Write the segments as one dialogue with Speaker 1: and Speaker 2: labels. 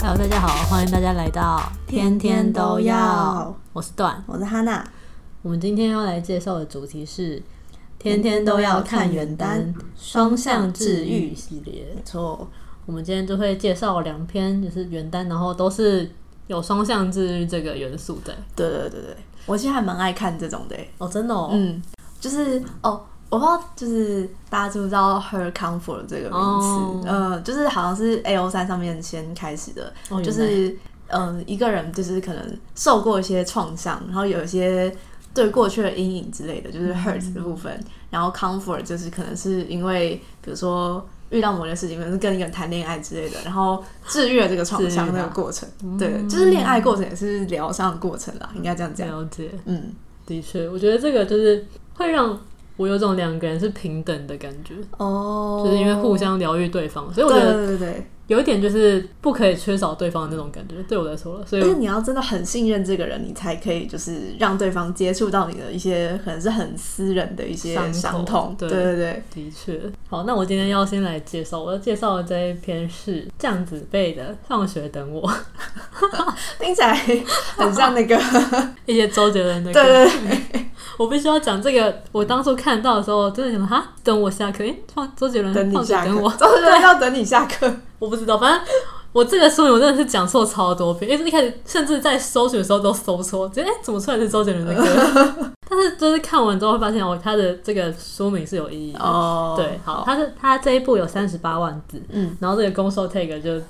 Speaker 1: Hello，大家好，欢迎大家来到
Speaker 2: 天天都要，
Speaker 1: 我是段。
Speaker 2: 我是哈娜，
Speaker 1: 我们今天要来介绍的主题是天天都要看原单双向治愈系列。没错，我们今天就会介绍两篇，就是原单，然后都是有双向治愈这个元素的。
Speaker 2: 对对对对，我其实还蛮爱看这种的欸、
Speaker 1: 哦，真的哦，
Speaker 2: 嗯，就是哦，我不知道，就是大家知不知道 her comfort 这个名词，
Speaker 1: 哦
Speaker 2: 呃，就是好像是 A O 三上面先开始的，
Speaker 1: 哦
Speaker 2: 就是嗯、呃一个人就是可能受过一些创伤，然后有一些对过去的阴影之类的，就是
Speaker 1: 嗯
Speaker 2: hurt 的部分，然后 comfort 就是可能是因为比如说。遇到某件事情，可能是跟一个人谈恋爱之类的，然后治愈了这个创伤
Speaker 1: 治愈嗯
Speaker 2: 那个
Speaker 1: 吧
Speaker 2: 过程，对，就是恋爱过程也是疗伤的过程啦，应该这样讲。
Speaker 1: 了解。
Speaker 2: 嗯，
Speaker 1: 的确，我觉得这个就是会让我有种两个人是平等的感觉，
Speaker 2: 哦
Speaker 1: 就是因为互相疗愈对方，所以我觉
Speaker 2: 对
Speaker 1: 得
Speaker 2: 对对对，
Speaker 1: 有一点就是不可以缺少对方的那种感觉。对我来说了，所以
Speaker 2: 而且你要真的很信任这个人，你才可以就是让对方接触到你的一些可能是很私人的一些
Speaker 1: 伤口
Speaker 2: 伤痛。
Speaker 1: 对
Speaker 2: 对对，
Speaker 1: 的确，好，那我今天要先来介绍，我要介绍的这一篇是酱子贝的《放学等我》，
Speaker 2: 听起来很像那个，
Speaker 1: 一些周杰伦的
Speaker 2: 对
Speaker 1: 歌。
Speaker 2: 对对，
Speaker 1: 我必须要讲这个，我当初看到的时候，真的想哈，等我下课，诶、放周杰伦
Speaker 2: 等
Speaker 1: 放
Speaker 2: 你
Speaker 1: 学
Speaker 2: 下课，
Speaker 1: 等我，
Speaker 2: 真的要等你下课。
Speaker 1: 我不知道，反正我这个书名我真的是讲错超多遍，因为一开始甚至在搜寻的时候都搜错，直接哎、诶怎么出来是周杰伦的歌？ 但是就是看完之后会发现，哦，他的这个书名是有意义的。
Speaker 2: 哦
Speaker 1: 对，好，，他是他这一部有三十八万字，
Speaker 2: 嗯，
Speaker 1: 然后这个攻受 tag 就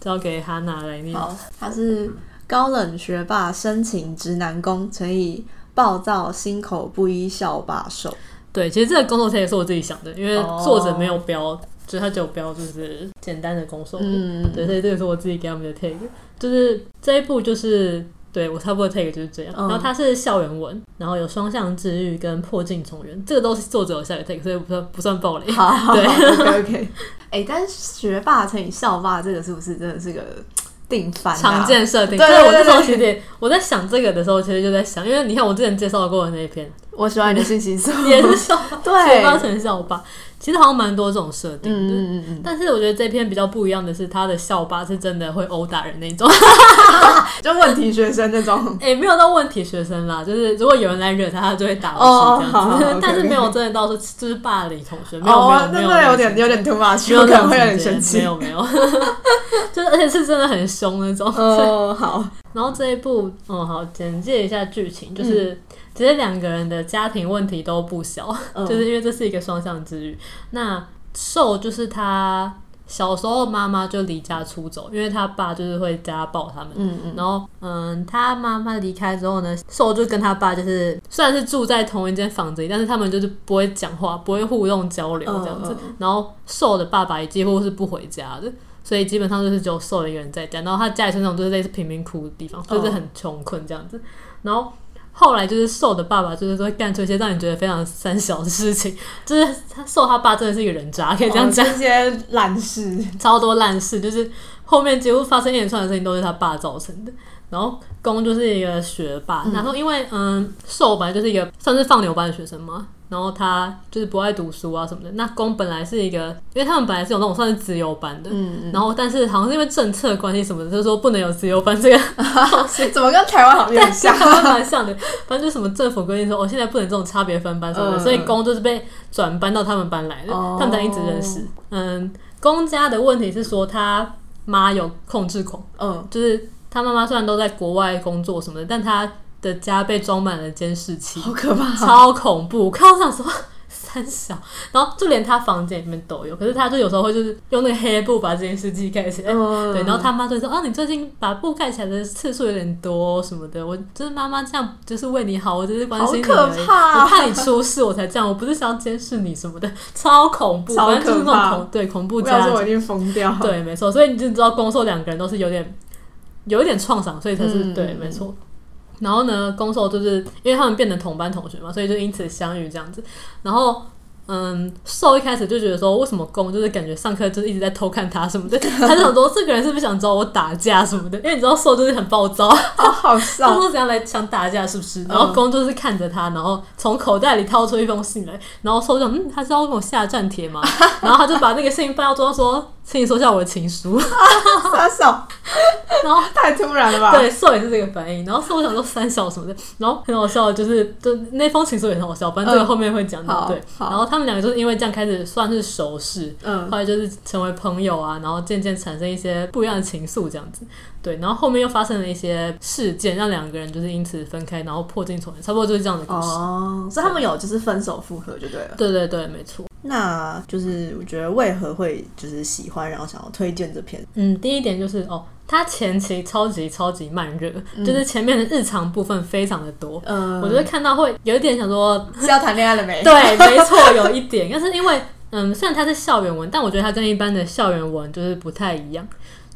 Speaker 1: 交给哈娜来念。
Speaker 2: 好，他是嗯高冷学霸深情直男攻乘以暴躁心口不一校霸手。
Speaker 1: 对，其实这个攻受 tag 是我自己想的，因为
Speaker 2: 哦
Speaker 1: 作者没有标，就是他只有标就是简单的攻受，
Speaker 2: 嗯，
Speaker 1: 对，所以这个是我自己给他们的 tag，就是这一部就是。对我差不多 tag 就是这样，
Speaker 2: 嗯
Speaker 1: 然后它是校园文，然后有双向治愈跟破镜重圆，这个都是作者有下个 tag，所以不算不算暴雷。
Speaker 2: 好好
Speaker 1: 对
Speaker 2: OK OK。哎、但是学霸乘以校霸这个是不是真的是个 定番、啊？
Speaker 1: 常见设定，
Speaker 2: 对
Speaker 1: 所以我那时候
Speaker 2: 对
Speaker 1: 其实也我在想这个的时候，其实就在想，因为你看我之前介绍过的那一篇，
Speaker 2: 我喜欢你的信息素，
Speaker 1: 也是校霸，
Speaker 2: 对
Speaker 1: 学霸成校霸，其实好像蛮多这种设定的。
Speaker 2: 嗯嗯嗯
Speaker 1: 但是我觉得这篇比较不一样的是，他的校霸是真的会殴打人那种，。
Speaker 2: 嗯，就问题学生那种
Speaker 1: 也、没有到问题学生啦，就是如果有人来惹他，他就会打回
Speaker 2: 哦
Speaker 1: 去这
Speaker 2: 好
Speaker 1: 样
Speaker 2: 好
Speaker 1: 子，
Speaker 2: 好
Speaker 1: 但是
Speaker 2: OK，OK
Speaker 1: 没有真的到说就是霸凌同学，没有、
Speaker 2: 哦，
Speaker 1: 没
Speaker 2: 那
Speaker 1: 有，
Speaker 2: 那有
Speaker 1: 没有
Speaker 2: 点有点 too much，
Speaker 1: 没有
Speaker 2: 我可
Speaker 1: 这
Speaker 2: 能
Speaker 1: 种
Speaker 2: 会
Speaker 1: 情
Speaker 2: 很
Speaker 1: 节
Speaker 2: 生
Speaker 1: 没
Speaker 2: 气。
Speaker 1: 有没有， 就是而且是真的很凶那种，
Speaker 2: 哦，好，
Speaker 1: 然后这一部，嗯，好，简介一下剧情，就是、其实两个人的家庭问题都不小，
Speaker 2: 嗯
Speaker 1: 就是因为这是一个双向之旅。那受就是他小时候妈妈就离家出走，因为他爸就是会家暴他们。
Speaker 2: 嗯嗯，
Speaker 1: 然后，嗯，他妈妈离开之后呢，受就跟他爸就是虽然是住在同一间房子里，但是他们就是不会讲话，不会互动交流这样子。
Speaker 2: 嗯嗯
Speaker 1: 然后瘦的爸爸也几乎是不回家的，所以基本上就是只有瘦的一个人在家。然后他家里是那种就是类似贫民窟的地方，
Speaker 2: 嗯
Speaker 1: 就是很穷困这样子。然后后来就是瘦的爸爸就是都会干出一些让你觉得非常三小的事情，就是他瘦他爸真的是一个人渣，可以这样讲，
Speaker 2: 哦一些烂事。
Speaker 1: 超多烂事，就是后面几乎发生一连串的事情都是他爸造成的。然后公就是一个学霸，然后因为嗯，瘦本来就是一个算是放牛班的学生嘛，然后他就是不爱读书啊什么的。那公本来是一个，因为他们本来是有那种算是资优班的，
Speaker 2: 嗯，
Speaker 1: 然后但是好像是因为政策关系什么的，就是说不能有资优班这个东西。
Speaker 2: 怎么跟台湾好像有点 像？
Speaker 1: 台湾蛮像的，反正就是什么政府规定说，哦，现在不能这种差别分班什么的，
Speaker 2: 嗯
Speaker 1: 所以公就是被转班到他们班来的，
Speaker 2: 哦
Speaker 1: 他们才一直认识。嗯，公家的问题是说他妈有控制狂，
Speaker 2: 嗯，
Speaker 1: 就是他妈妈虽然都在国外工作什么的，但他的家被装满了监视器，
Speaker 2: 好可怕。
Speaker 1: 超恐怖！我看到想说三小，然后就连他房间里面都有，可是他就有时候会就是用那个黑布把这件事情盖起来。
Speaker 2: 嗯
Speaker 1: 对，然后他妈就说：“啊，你最近把布盖起来的次数有点多什么的，我就是妈妈这样，就是为你好，我只是关心你
Speaker 2: 好可
Speaker 1: 而已
Speaker 2: 怕啊
Speaker 1: 我怕你出事我才这样，我不是想要监视你什么的，超恐怖，
Speaker 2: 超
Speaker 1: 反正就是
Speaker 2: 可
Speaker 1: 那
Speaker 2: 怕
Speaker 1: 种恐对恐怖
Speaker 2: 不
Speaker 1: 家
Speaker 2: 要说我
Speaker 1: 长
Speaker 2: 一，定疯掉。
Speaker 1: 对，没错，所以你就知道攻受两个人都是有点有一点创伤，所以才是、
Speaker 2: 嗯
Speaker 1: 对，没错。然后呢，攻受就是因为他们变成同班同学嘛，所以就因此相遇这样子。然后，嗯，受一开始就觉得说，为什么攻就是感觉上课就是一直在偷看他什么的，他就想说这个人是不是想找我打架什么的，因为你知道受就是很暴 躁，
Speaker 2: 好好
Speaker 1: 他
Speaker 2: 笑。
Speaker 1: 说怎样来想打架是不是？然
Speaker 2: 嗯
Speaker 1: 后攻就是看着他，然后从口袋里掏出一封信来，然后说就嗯，他是要跟我下战帖吗？然后他就把那个信放到桌上说，请你收下我的情书。
Speaker 2: 撒手，
Speaker 1: 然后
Speaker 2: 太突然了吧？
Speaker 1: 对，瘦也是这个反应。然后瘦我想说三小什么的，然后很好笑，就是就那封情书也很好笑，反正这个
Speaker 2: 嗯
Speaker 1: 后面会讲到。
Speaker 2: 好
Speaker 1: 对，
Speaker 2: 好
Speaker 1: 然后他们两个就是因为这样开始算是熟识，
Speaker 2: 嗯，
Speaker 1: 后来就是成为朋友啊，然后渐渐产生一些不一样的情愫这样子。对，然后后面又发生了一些事件，让两个人就是因此分开，然后破镜重圆，差不多就是这样的故事。
Speaker 2: 哦，所以他们有就是分手复合就对了。
Speaker 1: 对对对，没错。
Speaker 2: 那就是我觉得为何会就是喜欢，然后想要推荐这篇，
Speaker 1: 嗯，第一点就是哦，它前期超级超级慢热，就是前面的日常部分非常的多。
Speaker 2: 嗯，
Speaker 1: 我觉得看到会有一点想说，
Speaker 2: 是要谈恋爱了 没？
Speaker 1: 对，没错，有一点，但是因为嗯，虽然它是校园文，但我觉得它跟一般的校园文就是不太一样。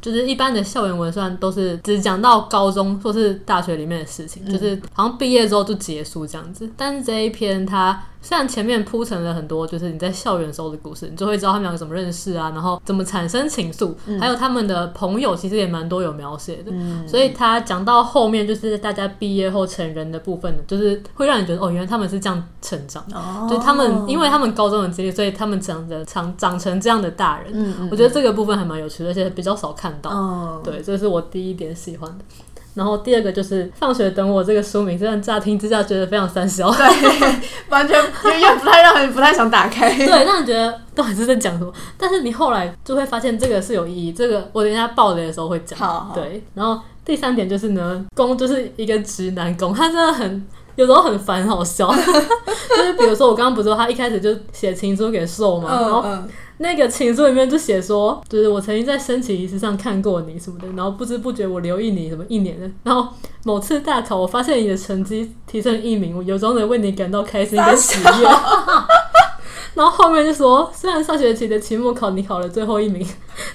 Speaker 1: 就是一般的校园文，虽然都是只讲到高中或是大学里面的事情，就是好像毕业之后就结束这样子。但是这一篇它虽然前面铺陈了很多，就是你在校园时候的故事，你就会知道他们两个怎么认识啊，然后怎么产生情愫，还有他们的朋友其实也蛮多有描写的。
Speaker 2: 嗯
Speaker 1: 所以他讲到后面，就是大家毕业后成人的部分，就是会让你觉得哦，原来他们是这样成长的。
Speaker 2: 哦
Speaker 1: 就他们，因为他们高中的经历，所以他们长得长长成这样的大人。
Speaker 2: 嗯嗯，
Speaker 1: 我觉得这个部分还蛮有趣的，而且比较少看到。
Speaker 2: 哦，
Speaker 1: 对，这是我第一点喜欢的。然后第二个就是《放学等我》这个书名，虽然乍听之下觉得非常三小，
Speaker 2: 完全有点不太让人不太想打 开。
Speaker 1: 对，让你觉得到底是在讲什么？但是你后来就会发现这个是有意义。这个我等一下爆雷的时候会讲。
Speaker 2: 好好
Speaker 1: 对，然后第三点就是呢，攻就是一个直男攻，他真的很。有时候很烦，好笑， 就是比如说我刚刚不是说他一开始就写情书给兽嘛，然后
Speaker 2: 嗯
Speaker 1: 那个情书里面就写说，就是我曾经在升旗仪式上看过你什么的，然后不知不觉我留意你什么一年了，然后某次大考我发现你的成绩提升一名，我由衷的为你感到开心跟喜悦。然后后面就说，虽然上学期的期末考你考了最后一名，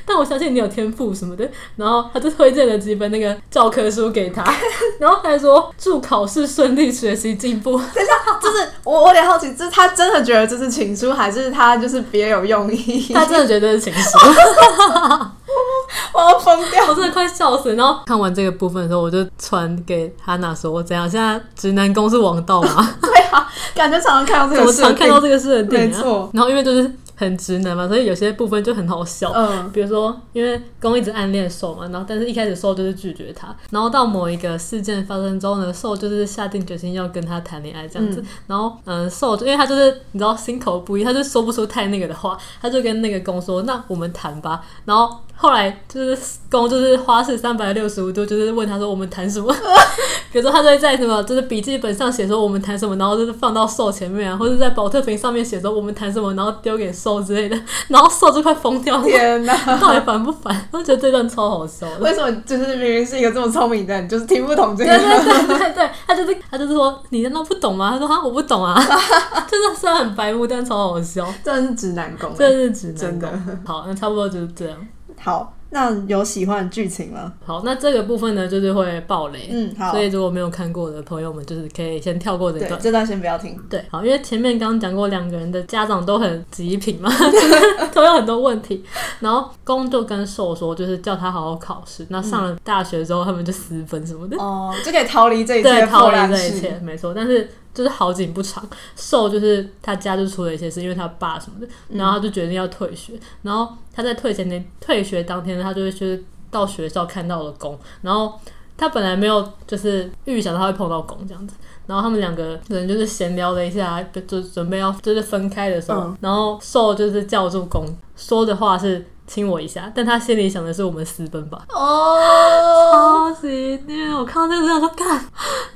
Speaker 1: 但我相信你有天赋什么的。然后他就推荐了几本那个教科书给他，然后还说祝考试顺利，学习进步。
Speaker 2: 嗯，就是我我有点好奇，就是他真的觉得这是情书，还是他就是别有用 意？
Speaker 1: 他真的觉得是情书。
Speaker 2: 我要疯掉
Speaker 1: 我！真的快笑死。然后看完这个部分的时候，我就传给哈娜说：“我怎样？现在直男攻是王道 吗？
Speaker 2: 对啊，感觉常常看到这
Speaker 1: 我
Speaker 2: 个设
Speaker 1: 常
Speaker 2: 定，
Speaker 1: 看到这个设定、啊，
Speaker 2: 没错。
Speaker 1: 然后因为就是很直男嘛，所以有些部分就很好笑。
Speaker 2: 嗯
Speaker 1: 比如说，因为公一直暗恋受嘛，然后但是一开始受就是拒绝他，然后到某一个事件发生之后呢，受就是下定决心要跟他谈恋爱这样子，然后嗯，受就因为他就是你知道心口不一，他就说不出太那个的话，他就跟那个公说，那我们谈吧，然后。后来就是公就是花式三百六十五度，就是问他说我们谈什么，比如说他就会在什么就是笔记本上写说我们谈什么，然后就是放到受前面啊，或者在保特瓶上面写说我们谈什么，然后丢给受之类的，然后受就快疯掉了。
Speaker 2: 天哪！
Speaker 1: 到底烦不烦？我觉得这段超好笑的。
Speaker 2: 为什么就是明明是一个这么聪明的人，就是听不懂这
Speaker 1: 对
Speaker 2: 个？
Speaker 1: 对对对对，他就是他就是说你难道不懂吗？他说哈我不懂啊， 就是虽然很白目，但超好笑，
Speaker 2: 真的是直男攻欸。
Speaker 1: 这是指南
Speaker 2: 真的
Speaker 1: 好，那差不多就是这样。
Speaker 2: 好，那有喜欢的剧情吗？
Speaker 1: 好，那这个部分呢就是会爆雷，
Speaker 2: 嗯，好
Speaker 1: 所。以如果没有看过的朋友们，就是可以先跳过这
Speaker 2: 对，
Speaker 1: 段。
Speaker 2: 这段先不要听。
Speaker 1: 对，好，因为前面刚刚讲过，两个人的家长都很极品嘛， 就是都有很多问题。然后公就跟受说，就是叫他好好考试。那上了大学之后，他们就私奔什么的。
Speaker 2: 哦，就可以逃离这一切
Speaker 1: 对，
Speaker 2: 的
Speaker 1: 逃
Speaker 2: 破
Speaker 1: 离
Speaker 2: 烂
Speaker 1: 这一
Speaker 2: 事。
Speaker 1: 切，没错。但是就是好景不长，受就是他家就出了一些事，因为他爸什么的，然后他就决定要退学。然后他在退学那退学当天，他就会就是到学校看到了公，然后他本来没有就是预想到他会碰到公这样子。然后他们两个人就是闲聊了一下，就就准备要就是分开的时候，
Speaker 2: 嗯
Speaker 1: 然后受就是叫住公，说的话是亲我一下，但他心里想的是我们私奔吧。
Speaker 2: 哦，
Speaker 1: 超级虐！我看到这个真的说干，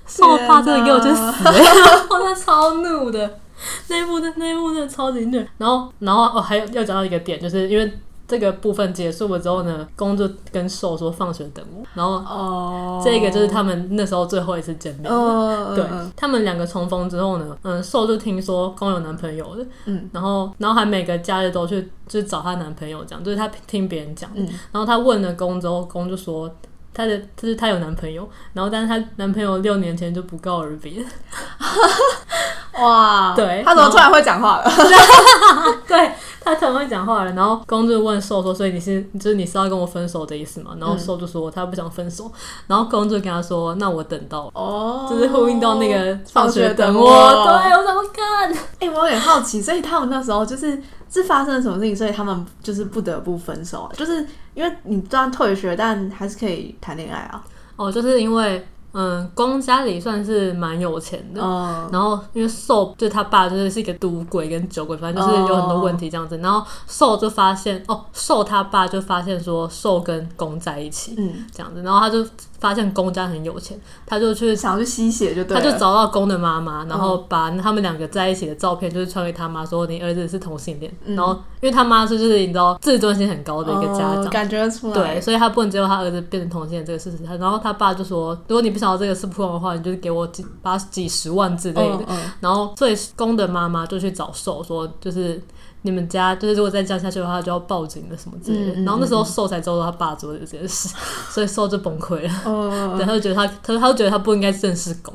Speaker 1: 是我爸哦真的给我去死、 我真的超怒的。那一幕真那一幕真的超级虐。然后然后哦，还有要讲到一个点，就是因为这个部分结束了之后呢，公就跟兽说放学等我，然后
Speaker 2: 哦
Speaker 1: 这个就是他们那时候最后一次见面。
Speaker 2: 哦，
Speaker 1: 对
Speaker 2: 嗯
Speaker 1: 他们两个重逢之后呢，嗯，兽就听说公有男朋友了，
Speaker 2: 嗯
Speaker 1: 然后然后还每个假日都去就是找她男朋友这样，就是她听别人讲的。
Speaker 2: 嗯
Speaker 1: 然后她问了公之后，公就说她的就是她有男朋友，然后但是她男朋友六年前就不告而别，
Speaker 2: 哇，
Speaker 1: 对
Speaker 2: 他怎么突然会讲话了？
Speaker 1: 对他突然会讲话了，然后公就问兽说：“所以你是就是你是要跟我分手的意思吗？”然后兽就说他不想分手，然后公就跟他说：“那我等到了。”
Speaker 2: 哦
Speaker 1: 就是呼应到那个放学等
Speaker 2: 我。
Speaker 1: 我，对我怎么干？
Speaker 2: 哎、我有点好奇，所以他们那时候就是是发生了什么事情，所以他们就是不得不分手啊？就是因为你虽然退学，但还是可以谈恋爱啊。
Speaker 1: 哦，就是因为嗯，公家里算是蛮有钱的，
Speaker 2: 嗯，
Speaker 1: 然后因为寿就是他爸就是是一个赌鬼跟酒鬼，反正就是有很多问题这样子。然后寿就发现哦，寿他爸就发现说寿跟公在一起
Speaker 2: 嗯，
Speaker 1: 这样子，然后他就发现公家很有钱，他就去
Speaker 2: 想要去吸血就对
Speaker 1: 他就
Speaker 2: 了。
Speaker 1: 找到公的妈妈，然后把他们两个在一起的照片，就是传给他妈说你儿子是同性恋。
Speaker 2: 嗯
Speaker 1: 然后因为他妈是就是你知道自尊心很高的一个家长，
Speaker 2: 哦感觉得出来。
Speaker 1: 对，，所以他不能接受他儿子变成同性恋这个事实。他然后他爸就说，如果你不想要这个事曝光的话，你就是给我几把几十万之类的。
Speaker 2: 嗯嗯，
Speaker 1: 然后所以公的妈妈就去找寿说，就是你们家就是如果再这样下去的话，就要报警了什么之类的。
Speaker 2: 嗯嗯嗯
Speaker 1: 然后那时候寿才知道他爸做的这件事， 所以寿就崩溃了。
Speaker 2: 哦
Speaker 1: 对，他就觉得他他他就觉得他不应该正视公，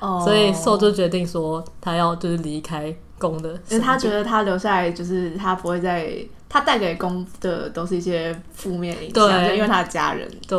Speaker 2: 哦
Speaker 1: 所以寿就决定说他要就是离开公的身边，
Speaker 2: 因为他觉得他留下来就是他不会再，他带给公的都是一些负面影响，
Speaker 1: 对
Speaker 2: 就因为他的家人。
Speaker 1: 对，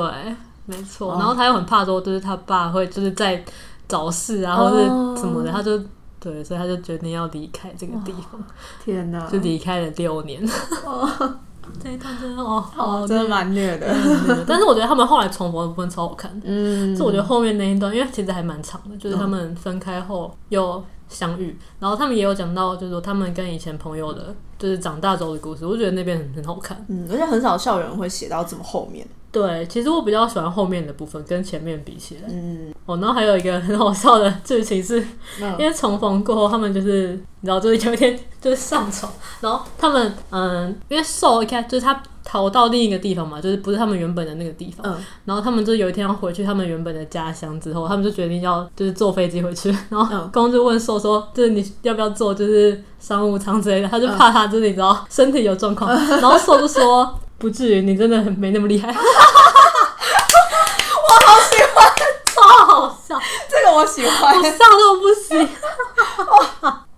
Speaker 1: 没错。
Speaker 2: 哦
Speaker 1: 然后他又很怕说，就是他爸会就是在找事啊，或
Speaker 2: 哦
Speaker 1: 是什么的，他就对，所以他就决定要离开这个地方，
Speaker 2: 天哪，
Speaker 1: 就离开了六年。
Speaker 2: 哦，
Speaker 1: 这一段真的哦，
Speaker 2: 哦
Speaker 1: 好
Speaker 2: 真的蛮虐的。
Speaker 1: 虐。 但是我觉得他们后来重逢的部分超好看的，
Speaker 2: 嗯，
Speaker 1: 是我觉得后面那一段，因为其实还蛮长的，就是他们分开后又相遇，然后他们也有讲到，就是说他们跟以前朋友的，就是长大之后的故事，我觉得那边很很好看。
Speaker 2: 嗯，而且很少校园会写到这么后面。
Speaker 1: 对，其实我比较喜欢后面的部分，跟前面比起来。
Speaker 2: 嗯，
Speaker 1: 哦，然后还有一个很好笑的剧情是，
Speaker 2: 那
Speaker 1: 因为重逢过后，他们就是你知道，就是有一天就是上 床，然后他们嗯，因为兽一开就是他逃到另一个地方嘛，就是不是他们原本的那个地方，
Speaker 2: 嗯，
Speaker 1: 然后他们就有一天要回去他们原本的家乡之后，他们就决定要就是坐飞机回去， 然后
Speaker 2: 嗯
Speaker 1: 公就问兽说，就是你要不要坐就是商务舱之类的，他就怕他就是你知道身体有状 况，然后兽就说不至于，你真的很没那么厉害，
Speaker 2: 我好喜欢
Speaker 1: 超好 笑，
Speaker 2: 这个，我喜欢
Speaker 1: 我，笑到不行。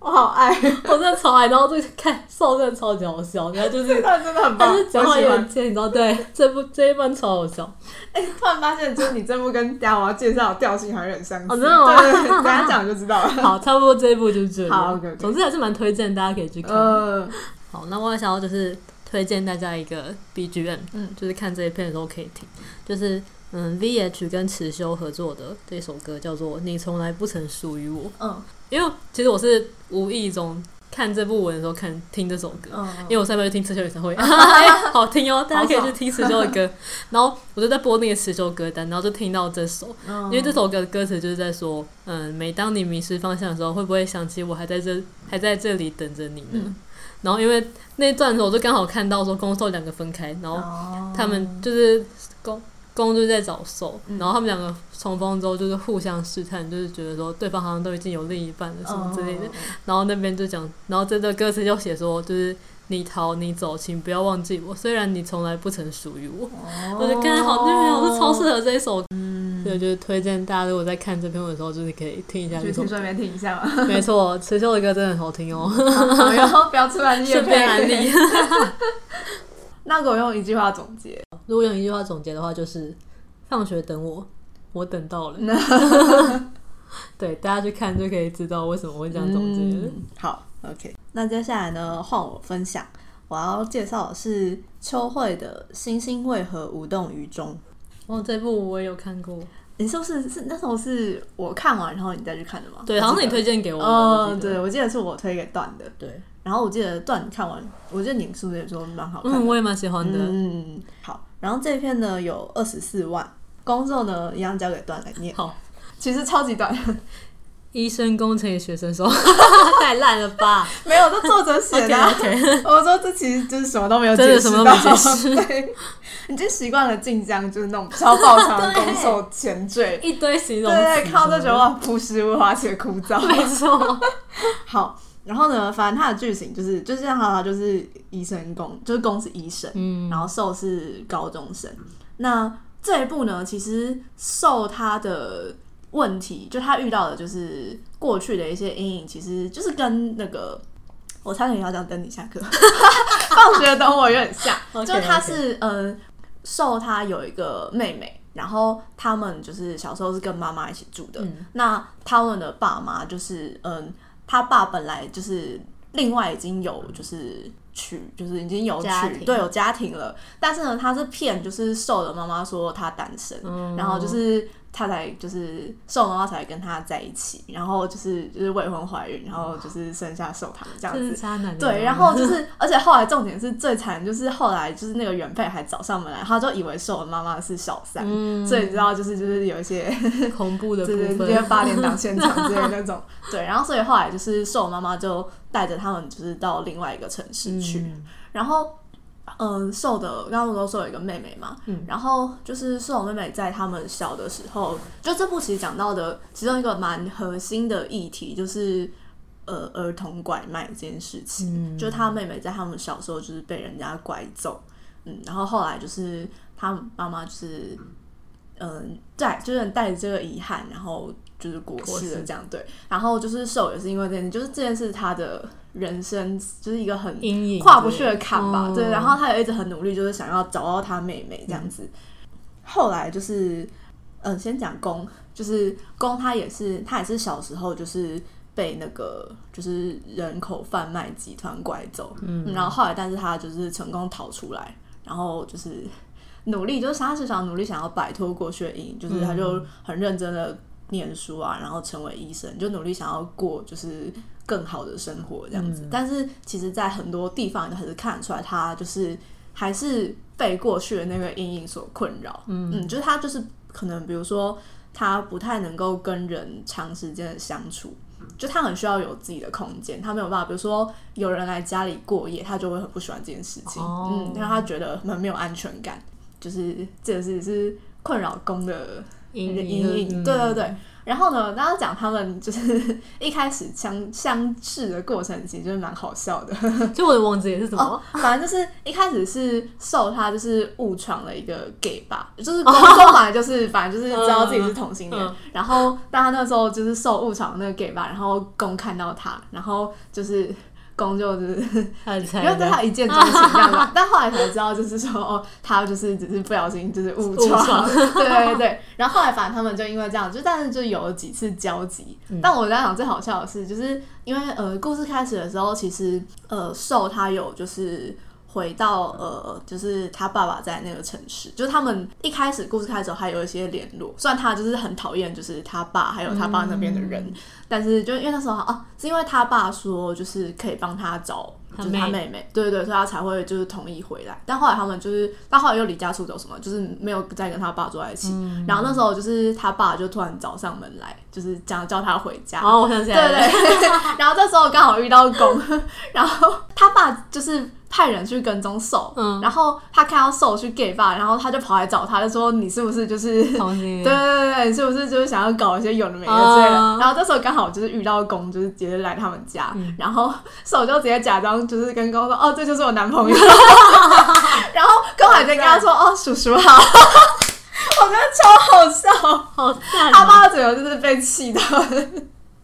Speaker 2: 我好爱，
Speaker 1: 我真的超爱，然后就是看瘦真的超级好笑，然后 就
Speaker 2: 这
Speaker 1: 是
Speaker 2: 段真的很棒，
Speaker 1: 他就
Speaker 2: 我
Speaker 1: 是讲话
Speaker 2: 哦喜
Speaker 1: 有
Speaker 2: 欢
Speaker 1: 点。贱，你知道？对，这部这一段超好笑，
Speaker 2: 哎，突然发现，就是你这部跟等一下我要介绍的调性好像有点相似。
Speaker 1: 哦真的吗
Speaker 2: 对对对，等一下讲就知道 了。
Speaker 1: 好，差不多这一部就是这样。
Speaker 2: 好，OK，OK
Speaker 1: 总之还是蛮推荐，大家可以去看。
Speaker 2: 呃，
Speaker 1: 好，那我想要就是推荐大家一个 BGM，
Speaker 2: 嗯
Speaker 1: 就是看这一片的时候可以听，就是嗯 VH 跟池修合作的这首歌叫做《你从来不曾属于我》，
Speaker 2: 嗯
Speaker 1: 因为其实我是无意中看这部文的时候看听这首歌，
Speaker 2: 嗯
Speaker 1: 因为我上班就听刺绣演唱会，哎好听哦，大家可以去听刺绣的歌。然后我就在播那个刺绣歌单，然后就听到这首，
Speaker 2: 嗯，
Speaker 1: 因为这首歌的歌词就是在说，嗯，每当你迷失方向的时候，会不会想起我还在这还在这里等着你呢？
Speaker 2: 嗯
Speaker 1: 然后因为那一段的时候，我就刚好看到说公受两个分开，然后
Speaker 2: 哦
Speaker 1: 他们就是公公就是在找受，
Speaker 2: 嗯
Speaker 1: 然后他们两个重逢之后就是互相试探，就是觉得说对方好像都已经有另一半了什么之类的。
Speaker 2: 嗯
Speaker 1: 然后那边就讲，然后这段歌词就写说，就是你逃你走，请不要忘记我，虽然你从来不曾属于我。我就刚好那边我是超适合这一首，
Speaker 2: 哦嗯，
Speaker 1: 所以就是推荐大家如果在看这篇文的时候，就是可以听一下
Speaker 2: 就
Speaker 1: 这首
Speaker 2: 听。顺便听一下 嘛，
Speaker 1: 没错，池秀的歌真的很好听 哦，
Speaker 2: 然后不要出来夜
Speaker 1: 顺便安
Speaker 2: 配。
Speaker 1: 利。
Speaker 2: 那给我用一句话总结，
Speaker 1: 如果用一句话总结的话，就是放学等我，我等到 了。对，大家去看就可以知道为什么我会这样总结了。
Speaker 2: 嗯好，OK。那接下来呢，换我分享，我要介绍的是秋惠的《星星为何无动于衷》。
Speaker 1: 哦，这部我也有看过，
Speaker 2: 你是不是是那时候是我看完然后你再去看的吗？
Speaker 1: 对，好像是你推
Speaker 2: 荐
Speaker 1: 荐给我的。我
Speaker 2: 嗯，
Speaker 1: 记得
Speaker 2: 对，我记得是我推给段的。
Speaker 1: 对，
Speaker 2: 然后我记得段看完，我记得你是不是也说蛮好看的？
Speaker 1: 嗯，我也蛮喜欢的。
Speaker 2: 嗯，好。然后这一篇呢有二十四万，工作呢一样交给段来 念，
Speaker 1: 好，
Speaker 2: 其实超级短，
Speaker 1: 医生工程与学生说，太烂了吧
Speaker 2: 没有，这作者写
Speaker 1: ？OK
Speaker 2: 的啊、
Speaker 1: OK，
Speaker 2: 我说这其实就是什么都没有解
Speaker 1: 真的
Speaker 2: 释
Speaker 1: 什么
Speaker 2: 到，
Speaker 1: 都没解释，
Speaker 2: 对，你就习惯了晋江就是那种超爆长的攻受前缀
Speaker 1: 一堆形
Speaker 2: 对
Speaker 1: 容词，
Speaker 2: 对，看到这觉得哇，朴实无华且枯燥。
Speaker 1: 没错，
Speaker 2: 好，然后呢，反正它的剧情就是就是像他就是医生公，就是公是医生，
Speaker 1: 嗯，
Speaker 2: 然后受是高中生。那这一部呢，其实受他的问题，就他遇到的就是过去的一些阴影，其实就是跟那个我差点要讲等你下课， 放学等我有点像
Speaker 1: OK，
Speaker 2: 就是他是嗯、呃受他有一个妹妹，然后他们就是小时候是跟妈妈一起住的，
Speaker 1: 嗯
Speaker 2: 那他们的爸妈就是嗯，他爸本来就是另外已经有就是娶，就是已经有
Speaker 1: 家
Speaker 2: 娶
Speaker 1: 庭
Speaker 2: 对有家庭了，但是呢，他是骗就是瘦的妈妈说他单身，
Speaker 1: 嗯
Speaker 2: 然后就是他才就是瘦妈妈才跟他在一起，然后就是就是未婚怀孕，然后就是生下瘦他们这样
Speaker 1: 这
Speaker 2: 子
Speaker 1: 是。渣男的
Speaker 2: 对，
Speaker 1: 吗
Speaker 2: 然后就是，而且后来重点是最惨，就是后来就是那个原配还找上门来，他就以为瘦的妈妈是小三，
Speaker 1: 嗯
Speaker 2: 所以你知道就是就是有一些
Speaker 1: 恐怖的部
Speaker 2: 对对，
Speaker 1: 分，
Speaker 2: 因为八点档现场之类的那种。对，然后所以后来就是瘦妈妈就带着他们就是到另外一个城市去，
Speaker 1: 嗯
Speaker 2: 然后。嗯，瘦的，刚刚我都说有一个妹妹嘛，
Speaker 1: 嗯
Speaker 2: 然后就是瘦妹妹在他们小的时候，就这部其实讲到的其中一个蛮核心的议题，就是呃儿童拐卖这件事情。
Speaker 1: 嗯
Speaker 2: 就他妹妹在他们小时候就是被人家拐走，嗯，然后后来就是他妈妈就是，嗯、带就是带着这个遗憾，然后就是过
Speaker 1: 过
Speaker 2: 世了
Speaker 1: 世
Speaker 2: 这样对，然后就是受也是因为这件事，就是这件事他的人生就是一个很
Speaker 1: 阴影
Speaker 2: 跨不去的坎吧，
Speaker 1: 嗯
Speaker 2: 对，然后他也一直很努力，就是想要找到他妹妹这样子。
Speaker 1: 嗯
Speaker 2: 后来就是，嗯、先讲公，就是公他也是他也是小时候就是被那个就是人口贩卖集团拐走，嗯，然后后来但是他就是成功逃出来，然后就是努力，就是他是想努力想要摆脱过去的阴影，就是他
Speaker 1: 嗯
Speaker 2: 就很认真的念书啊，然后成为医生，就努力想要过就是更好的生活这样子。但是其实，在很多地方都还是看得出来，他就是还是被过去的那个阴影所困扰。嗯就是他就是可能比如说他不太能够跟人长时间的相处。就他很需要有自己的空间，他没有办法。比如说有人来家里过夜，他就会很不喜欢这件事情，
Speaker 1: 哦
Speaker 2: 嗯，让他觉得很没有安全感。就是这也是是困扰公的
Speaker 1: 阴
Speaker 2: 阴影，
Speaker 1: 嗯
Speaker 2: 对对对。然后呢，刚刚讲他们就是一开始相相识的过程，其实就是蛮好笑的。
Speaker 1: 就我也忘记了是什么，
Speaker 2: 反正就是一开始是受他就是误闯了一个 gay 吧，就是高中本来就是反正就是知道自己是同性恋，
Speaker 1: 哦嗯嗯
Speaker 2: 然后但他那时候就是受误闯那个 gay 吧，然后公看到他，然后就是公就是。
Speaker 1: 他猜
Speaker 2: 因为对他一见钟情这样嘛，但后来才知道，就是说哦，他就是只是不小心就是误
Speaker 1: 误
Speaker 2: 闯，
Speaker 1: 闯
Speaker 2: 对对对。然后后来反正他们就因为这样，就但是就有几次交集。但我在想最好笑的是，就是因为呃，故事开始的时候，其实呃，受他有就是。回到呃，就是他爸爸在那个城市，就是他们一开始故事开始的时候还有一些联络，虽然他就是很讨厌就是他爸还有他爸那边的人，但是就因为那时候哦、是因为他爸说就是可以帮他找
Speaker 1: 他
Speaker 2: 就是他
Speaker 1: 妹
Speaker 2: 妹妹，对对对，所以他才会就是同意回来。但后来他们就是，但后来又离家出走什么，就是没有再跟他爸住在一起。然后那时候就是他爸就突然找上门来，就是讲叫他回家。
Speaker 1: 哦，我想起
Speaker 2: 对
Speaker 1: 来了，
Speaker 2: 对 对，然后这时候刚好遇到公， 然后他爸就是派人去跟踪兽，
Speaker 1: 嗯
Speaker 2: 然后他看到兽去 gay 吧，然后他就跑来找他，就说你是不是就是
Speaker 1: 同性恋
Speaker 2: 对对对，你是不是就是想要搞一些有的没的之类的？
Speaker 1: 啊
Speaker 2: 然后这时候刚好就是遇到公，就是直接来他们家，然后手就直接假装就是跟公说：“哦，这就是我男朋友。” 然后公还在跟他说：“哦，叔叔好。” 我觉得超好笑，
Speaker 1: 好赞
Speaker 2: 他
Speaker 1: 哦，
Speaker 2: 爸整个就是被气到，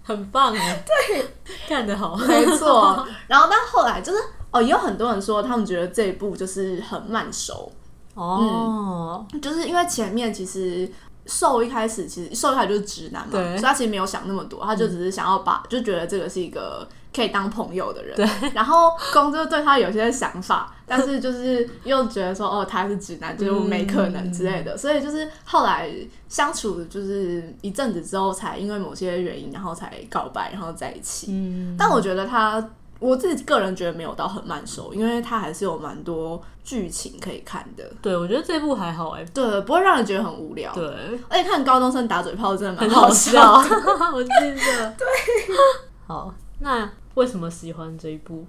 Speaker 1: 很棒哎，对，干得好，
Speaker 2: 没错。然后但后来就是哦，也有很多人说他们觉得这一部就是很慢熟，
Speaker 1: 哦，
Speaker 2: 就是因为前面其实瘦一开始其实瘦一开始就是直男嘛，
Speaker 1: 对嗯
Speaker 2: 所以他其实没有想那么多，他就只是想要把、就觉得这个是一个可以当朋友的人。对，然后公就对他有些想法，但是就是又觉得说哦他是直男，就是没可
Speaker 1: 嗯
Speaker 2: 能之类的，所以就是后来相处就是一阵子之后，才因为某些原因，然后才告白，然后在一起。
Speaker 1: 嗯，
Speaker 2: 但我觉得他，我自己个人觉得没有到很慢熟，因为他还是有蛮多剧情可以看的。
Speaker 1: 对，我觉得这部还好哎，
Speaker 2: 对，不会让人觉得很无聊。，
Speaker 1: 对，
Speaker 2: 而且看高中生打嘴炮真的蛮
Speaker 1: 很好笑，
Speaker 2: 笑。
Speaker 1: 我记 得，对， 好，那为什么喜欢这一部？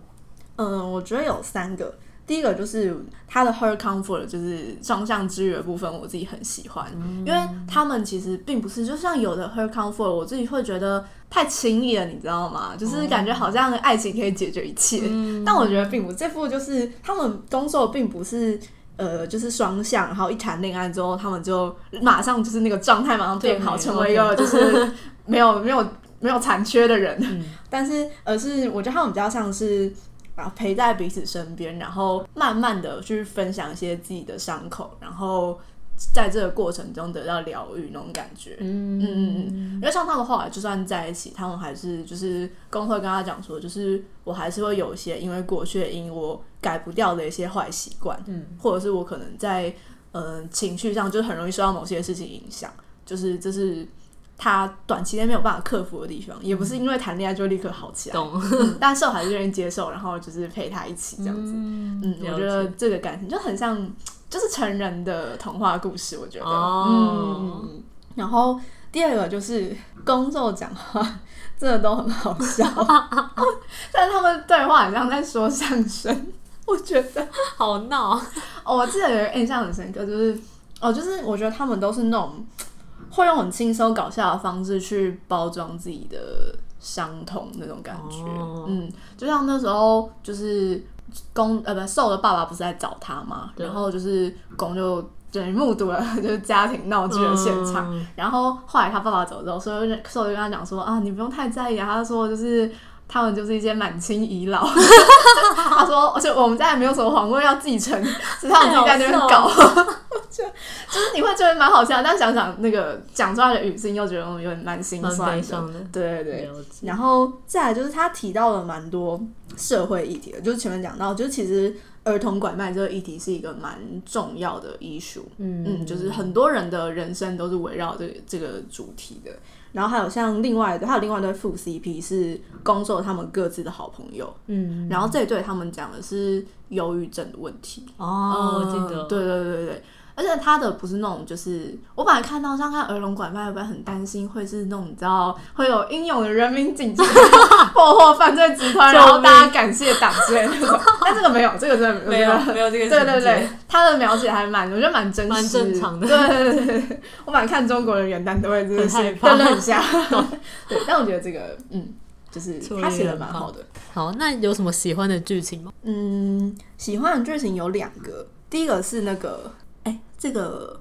Speaker 2: 嗯，我觉得有三个，第一个就是他的 her comfort，就是双向之余的部分，我自己很喜欢，因为他们其实并不是，就像有的 her comfort，我自己会觉得太轻易了，你知道吗？就是感觉好像爱情可以解决一切，但我觉得并不，这部就是他们工作并不是。呃，就是双向，然后一谈恋爱之后，他们就马上就是那个状态马上变好，
Speaker 1: 对
Speaker 2: 成为一个就是没有没有没有残缺的人。
Speaker 1: 嗯
Speaker 2: 但是，而是我觉得他们比较像是啊陪在彼此身边，然后慢慢的去分享一些自己的伤口，然后在这个过程中得到疗愈那种感觉。
Speaker 1: 嗯
Speaker 2: 嗯因为像他们后来就算在一起，他们还是就是工会跟他讲说，就是我还是会有一些因为过去的因我改不掉的一些坏习惯，
Speaker 1: 嗯，
Speaker 2: 或者是我可能在呃、情绪上就很容易受到某些事情影响，就是这是他短期内没有办法克服的地方，也不是因为谈恋爱就立刻好起来，
Speaker 1: 懂
Speaker 2: 嗯 但是我还是愿意接受，然后就是陪他一起这样子，
Speaker 1: 嗯
Speaker 2: 嗯，我觉得这个感情就很像，就是成人的童话故事，我觉得。
Speaker 1: 哦
Speaker 2: 嗯，然后第二个就是公众讲话， 真的都很好笑，但他们对话很像在说相声，我觉得。
Speaker 1: 好闹，
Speaker 2: 哦，我记得有一个印象很深刻，就是哦，就是我觉得他们都是那种会用很轻松搞笑的方式去包装自己的伤痛那种感觉。
Speaker 1: 哦
Speaker 2: 嗯，就像那时候就是公呃不瘦的爸爸不是在找他嘛，
Speaker 1: 对
Speaker 2: 然后就是公就就是目睹了就是家庭闹剧的现场。
Speaker 1: 嗯
Speaker 2: 然后后来他爸爸走之后，所以瘦就跟他讲说啊，你不用太在意啊。他说就是他们就是一些满清 遗老，他说而且我们家也没有什么皇位要继承，是他们自己在那边 搞。就
Speaker 1: 啊
Speaker 2: 就是你会觉得蛮好笑，但想想那个讲出来的语境，又觉得我们有点蛮心
Speaker 1: 蛮
Speaker 2: 酸
Speaker 1: 悲
Speaker 2: 的。
Speaker 1: 伤的，
Speaker 2: 对对对，
Speaker 1: 了解
Speaker 2: 然后再来就是他提到了蛮多社会议题的，就是前面讲到，就是其实儿童拐卖这个议题是一个蛮重要的医术。
Speaker 1: 嗯
Speaker 2: 嗯，就是很多人的人生都是围绕这个这个主题的。然后还有像另外的，还有另外一对副 CP 是攻受他们各自的好朋友，
Speaker 1: 嗯
Speaker 2: 然后这一对他们讲的是忧郁症的问题。
Speaker 1: 哦，我
Speaker 2: 嗯
Speaker 1: 记得
Speaker 2: 对对对对。而且他的不是那种，就是我本来看到像看儿童拐卖，我本来很担心会是那种你知道会有英勇的人民警察 破获犯罪集 团，然后大家感谢党之类的那种。但这个没有，这个真的我觉得
Speaker 1: 没有没有这个
Speaker 2: 对
Speaker 1: 情
Speaker 2: 对
Speaker 1: 节
Speaker 2: 对，他的描写还蛮，我觉得蛮真实、
Speaker 1: 蛮正常的
Speaker 2: 对对对对 对，我蛮看中国人元旦都会就是
Speaker 1: 很害
Speaker 2: 先
Speaker 1: 怕
Speaker 2: 愣愣 一下。对，但我觉得这个嗯，就是
Speaker 1: 处理
Speaker 2: 他写的
Speaker 1: 得
Speaker 2: 蛮
Speaker 1: 很棒
Speaker 2: 好的。
Speaker 1: 好，那有什么喜欢的剧情吗？
Speaker 2: 嗯，喜欢的剧情有两个，第一个是那个，哎、这个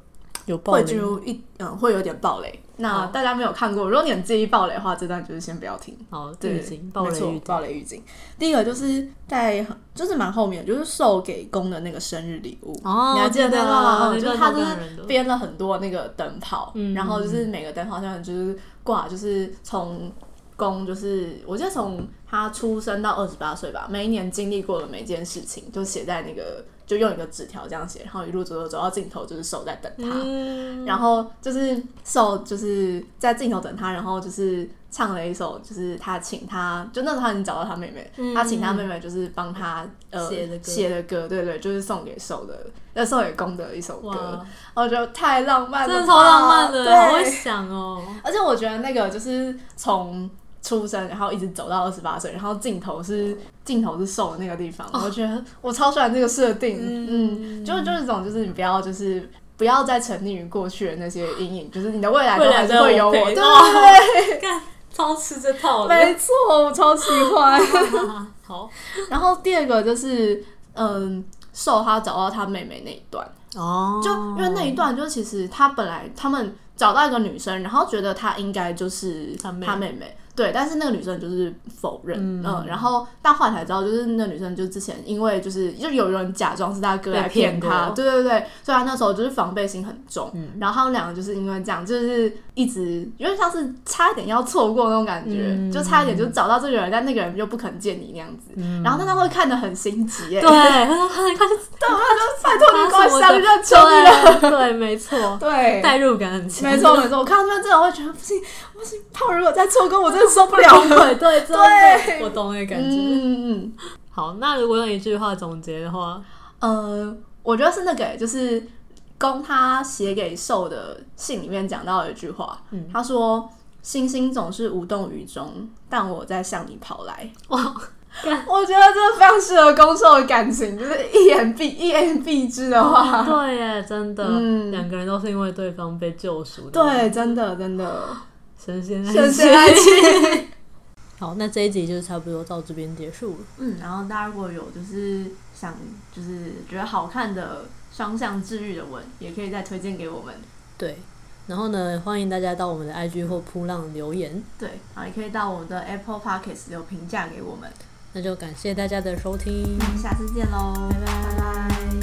Speaker 1: 有暴
Speaker 2: 会
Speaker 1: 力
Speaker 2: 进入一嗯，会有点暴雷。那
Speaker 1: 好
Speaker 2: 大家没有看过，如果你很介意暴雷的话，这段就是先不要听。
Speaker 1: 好，
Speaker 2: 对
Speaker 1: 剧情暴
Speaker 2: 没错
Speaker 1: 雷预警，
Speaker 2: 暴雷预警。第一个就是在就是蛮后面，就是受给公的那个生日礼物，
Speaker 1: 哦
Speaker 2: 你还记得那段吗？
Speaker 1: 我
Speaker 2: 嗯
Speaker 1: 记
Speaker 2: 就
Speaker 1: 得
Speaker 2: 是他
Speaker 1: 那
Speaker 2: 就
Speaker 1: 段
Speaker 2: 是
Speaker 1: 感人的
Speaker 2: 编了很多那个灯泡，
Speaker 1: 嗯
Speaker 2: 然后就是每个灯泡上面就是挂，就是从公就是我记得从他出生到二十八岁吧，每一年经历过的每件事情，就写在那个就用一个纸条这样写，然后一路走走走到尽头，就是手在等他。
Speaker 1: 嗯，
Speaker 2: 然后就是受就是在镜头等他，然后就是唱了一首，就是他请他，就那时候他已经找到他妹妹，
Speaker 1: 嗯
Speaker 2: 他请他妹妹就是帮他呃
Speaker 1: 写的歌
Speaker 2: 写的歌，对对，就是送给受的，呃送给公的一首歌
Speaker 1: 哇，，
Speaker 2: 我觉得太浪漫了吧，
Speaker 1: 真的超浪漫的，好会
Speaker 2: 对，
Speaker 1: 想 哦，
Speaker 2: 而且我觉得那个就是从。出生，然后一直走到二十八岁，然后镜头是镜头是受的那个地方，我觉得我超喜欢这个设定，哦嗯，就就是这种，就是你不要就是不要再沉溺于过去的那些阴影，就是你的未来都还是会有我。
Speaker 1: 未来
Speaker 2: 对
Speaker 1: 都有我陪干超吃这套 的，
Speaker 2: 没错，我超喜 欢。
Speaker 1: 好
Speaker 2: 然后第二个就是，嗯，受他找到他妹妹那一段，
Speaker 1: 哦
Speaker 2: 就因为那一段就其实他本来他们找到一个女生，然后觉得她应该就是
Speaker 1: 他妹
Speaker 2: 他妹妹。对，但是那个女生就是否认，嗯
Speaker 1: 嗯
Speaker 2: 然后但后来才知道，就是那女生就之前因为就是就有人假装是他哥
Speaker 1: 被
Speaker 2: 来骗
Speaker 1: 骗过
Speaker 2: 他，对对对，所以他那时候就是防备心很重，
Speaker 1: 嗯
Speaker 2: 然后他们两个就是因为这样，就是一直有点像是差一点要错过那种感觉，
Speaker 1: 嗯
Speaker 2: 就差一点就找到这个人，但那个人又不肯见你那样子，
Speaker 1: 嗯
Speaker 2: 然后但他会看得很心急耶，
Speaker 1: 对，他他就
Speaker 2: 对，我就拜托你给我相认，求你了，
Speaker 1: 对啊对，没错，
Speaker 2: 对，
Speaker 1: 代入感很强，
Speaker 2: 没错没错，我看到这边真的会觉得不行不行，怕我如果再错过，我真的受不了
Speaker 1: 崩
Speaker 2: 了。
Speaker 1: 溃，对
Speaker 2: 对
Speaker 1: 对，我懂 那个感觉。
Speaker 2: 嗯嗯
Speaker 1: 好，那如果用一句话总结的话，
Speaker 2: 嗯，呃，我觉得是那个、就是公他写给受的信里面讲到的一句话，
Speaker 1: 嗯
Speaker 2: 他说：“星星总是无动于衷，但我在向你跑来。”
Speaker 1: 哇，干
Speaker 2: 我觉得这非常适合攻受的感情，就是一言蔽一言蔽之的话。
Speaker 1: 对耶，真的，
Speaker 2: 嗯
Speaker 1: 两个人都是因为对方被救赎的，，
Speaker 2: 对，真的真的，
Speaker 1: 神仙
Speaker 2: 深陷爱情。
Speaker 1: 好，那这一集就差不多到这边结束了。
Speaker 2: 嗯，然后大家如果有就是想就是觉得好看的双向治愈的文，也可以再推荐给我们。
Speaker 1: 对，然后呢，欢迎大家到我们的 IG 或扑浪留言。
Speaker 2: 对，然后也可以到我们的 Apple Podcast 有评价给我们。
Speaker 1: 那就感谢大家的收听。
Speaker 2: 那我们下次见喽，
Speaker 1: 拜拜
Speaker 2: 拜拜